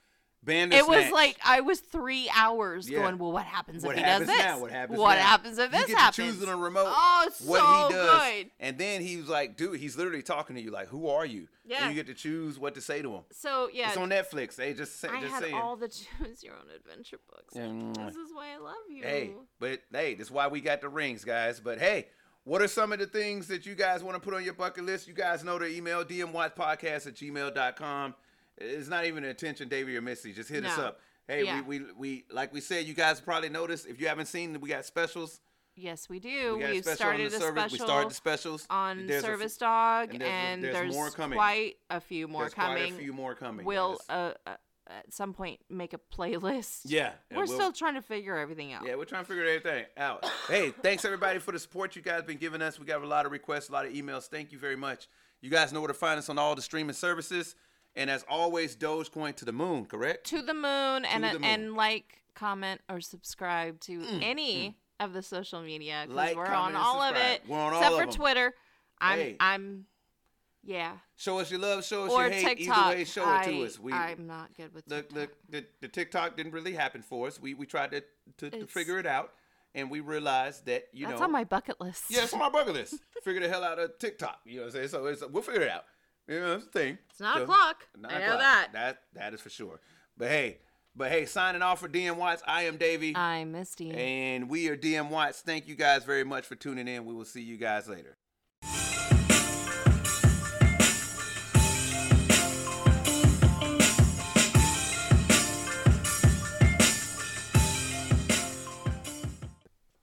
Speaker 2: it
Speaker 4: Bandersnatch.
Speaker 2: was like I was three hours
Speaker 4: Yeah.
Speaker 2: going. Well, what happens
Speaker 4: What
Speaker 2: if he
Speaker 4: happens
Speaker 2: does this?
Speaker 4: now? What happens
Speaker 2: What
Speaker 4: now?
Speaker 2: happens if
Speaker 4: you
Speaker 2: this
Speaker 4: get
Speaker 2: happens?
Speaker 4: To choose on a remote.
Speaker 2: Oh,
Speaker 4: what he
Speaker 2: so
Speaker 4: does.
Speaker 2: good.
Speaker 4: And then he was like, dude, he's literally talking to you like, who are you?
Speaker 2: Yeah.
Speaker 4: And you get to choose what to say to him.
Speaker 2: So yeah,
Speaker 4: It's on Netflix. They just say,
Speaker 2: I
Speaker 4: just
Speaker 2: had
Speaker 4: saying.
Speaker 2: all the choose your own adventure books.
Speaker 4: Yeah, mwah.
Speaker 2: This is why I love you.
Speaker 4: Hey, but hey, that's why we got the rings, guys. But hey, what are some of the things that you guys want to put on your bucket list? You guys know the email, dmwatchpodcast at gmail.com. It's not even an attention, Davy or Missy. Just hit us
Speaker 2: No.
Speaker 4: up. Hey,
Speaker 2: Yeah.
Speaker 4: we, we, we, like we said, you guys probably noticed. If you haven't seen, we got specials.
Speaker 2: Yes, we do.
Speaker 4: We got
Speaker 2: We
Speaker 4: a
Speaker 2: have
Speaker 4: special
Speaker 2: started
Speaker 4: on the
Speaker 2: a
Speaker 4: service.
Speaker 2: special
Speaker 4: We started the specials
Speaker 2: on
Speaker 4: There's a-
Speaker 2: Service Dog,
Speaker 4: and
Speaker 2: and
Speaker 4: there's a-
Speaker 2: there's,
Speaker 4: there's more coming.
Speaker 2: quite a few more
Speaker 4: there's
Speaker 2: coming.
Speaker 4: Quite a few more coming.
Speaker 2: we'll
Speaker 4: guys.
Speaker 2: uh, uh, at some point make a playlist.
Speaker 4: yeah, and
Speaker 2: We're
Speaker 4: we'll-
Speaker 2: still trying to figure everything out.
Speaker 4: Yeah, we're trying to figure everything out. hey, thanks everybody for the support you guys been giving us. We got a lot of requests, a lot of emails. Thank you very much. You guys know where to find us on all the streaming services. And as always, Dogecoin to the moon, correct?
Speaker 2: To the moon and
Speaker 4: the
Speaker 2: uh,
Speaker 4: moon. Mm,
Speaker 2: and like, comment, or subscribe to any of the social media because
Speaker 4: Like,
Speaker 2: we're
Speaker 4: comment,
Speaker 2: on
Speaker 4: and
Speaker 2: all of
Speaker 4: subscribe.
Speaker 2: it
Speaker 4: We're on
Speaker 2: except
Speaker 4: all
Speaker 2: for
Speaker 4: of 'em.
Speaker 2: Twitter. I'm
Speaker 4: Hey.
Speaker 2: I'm yeah
Speaker 4: Show us your love, show us
Speaker 2: or
Speaker 4: your hate.
Speaker 2: TikTok.
Speaker 4: Either way, show
Speaker 2: I,
Speaker 4: it to us. We
Speaker 2: I'm not good with
Speaker 4: the,
Speaker 2: TikTok.
Speaker 4: the, the, the TikTok didn't really happen for us. We we tried to, to, to
Speaker 2: It's-
Speaker 4: figure it out and we realized that, you
Speaker 2: That's
Speaker 4: know
Speaker 2: on my bucket list.
Speaker 4: Yeah, it's on my bucket list. figure the hell out of TikTok. You know what I'm saying? So it's, we'll figure it out. You know, it's a thing.
Speaker 2: it's not
Speaker 4: So-
Speaker 2: a clock.
Speaker 4: Nine
Speaker 2: I know
Speaker 4: o'clock.
Speaker 2: that.
Speaker 4: That that is for sure. But hey, but hey, signing off for DM Watts. I am Davey,
Speaker 2: Uh, I'm Misty.
Speaker 4: and we are DM Watts. Thank you guys very much for tuning in. We will see you guys later.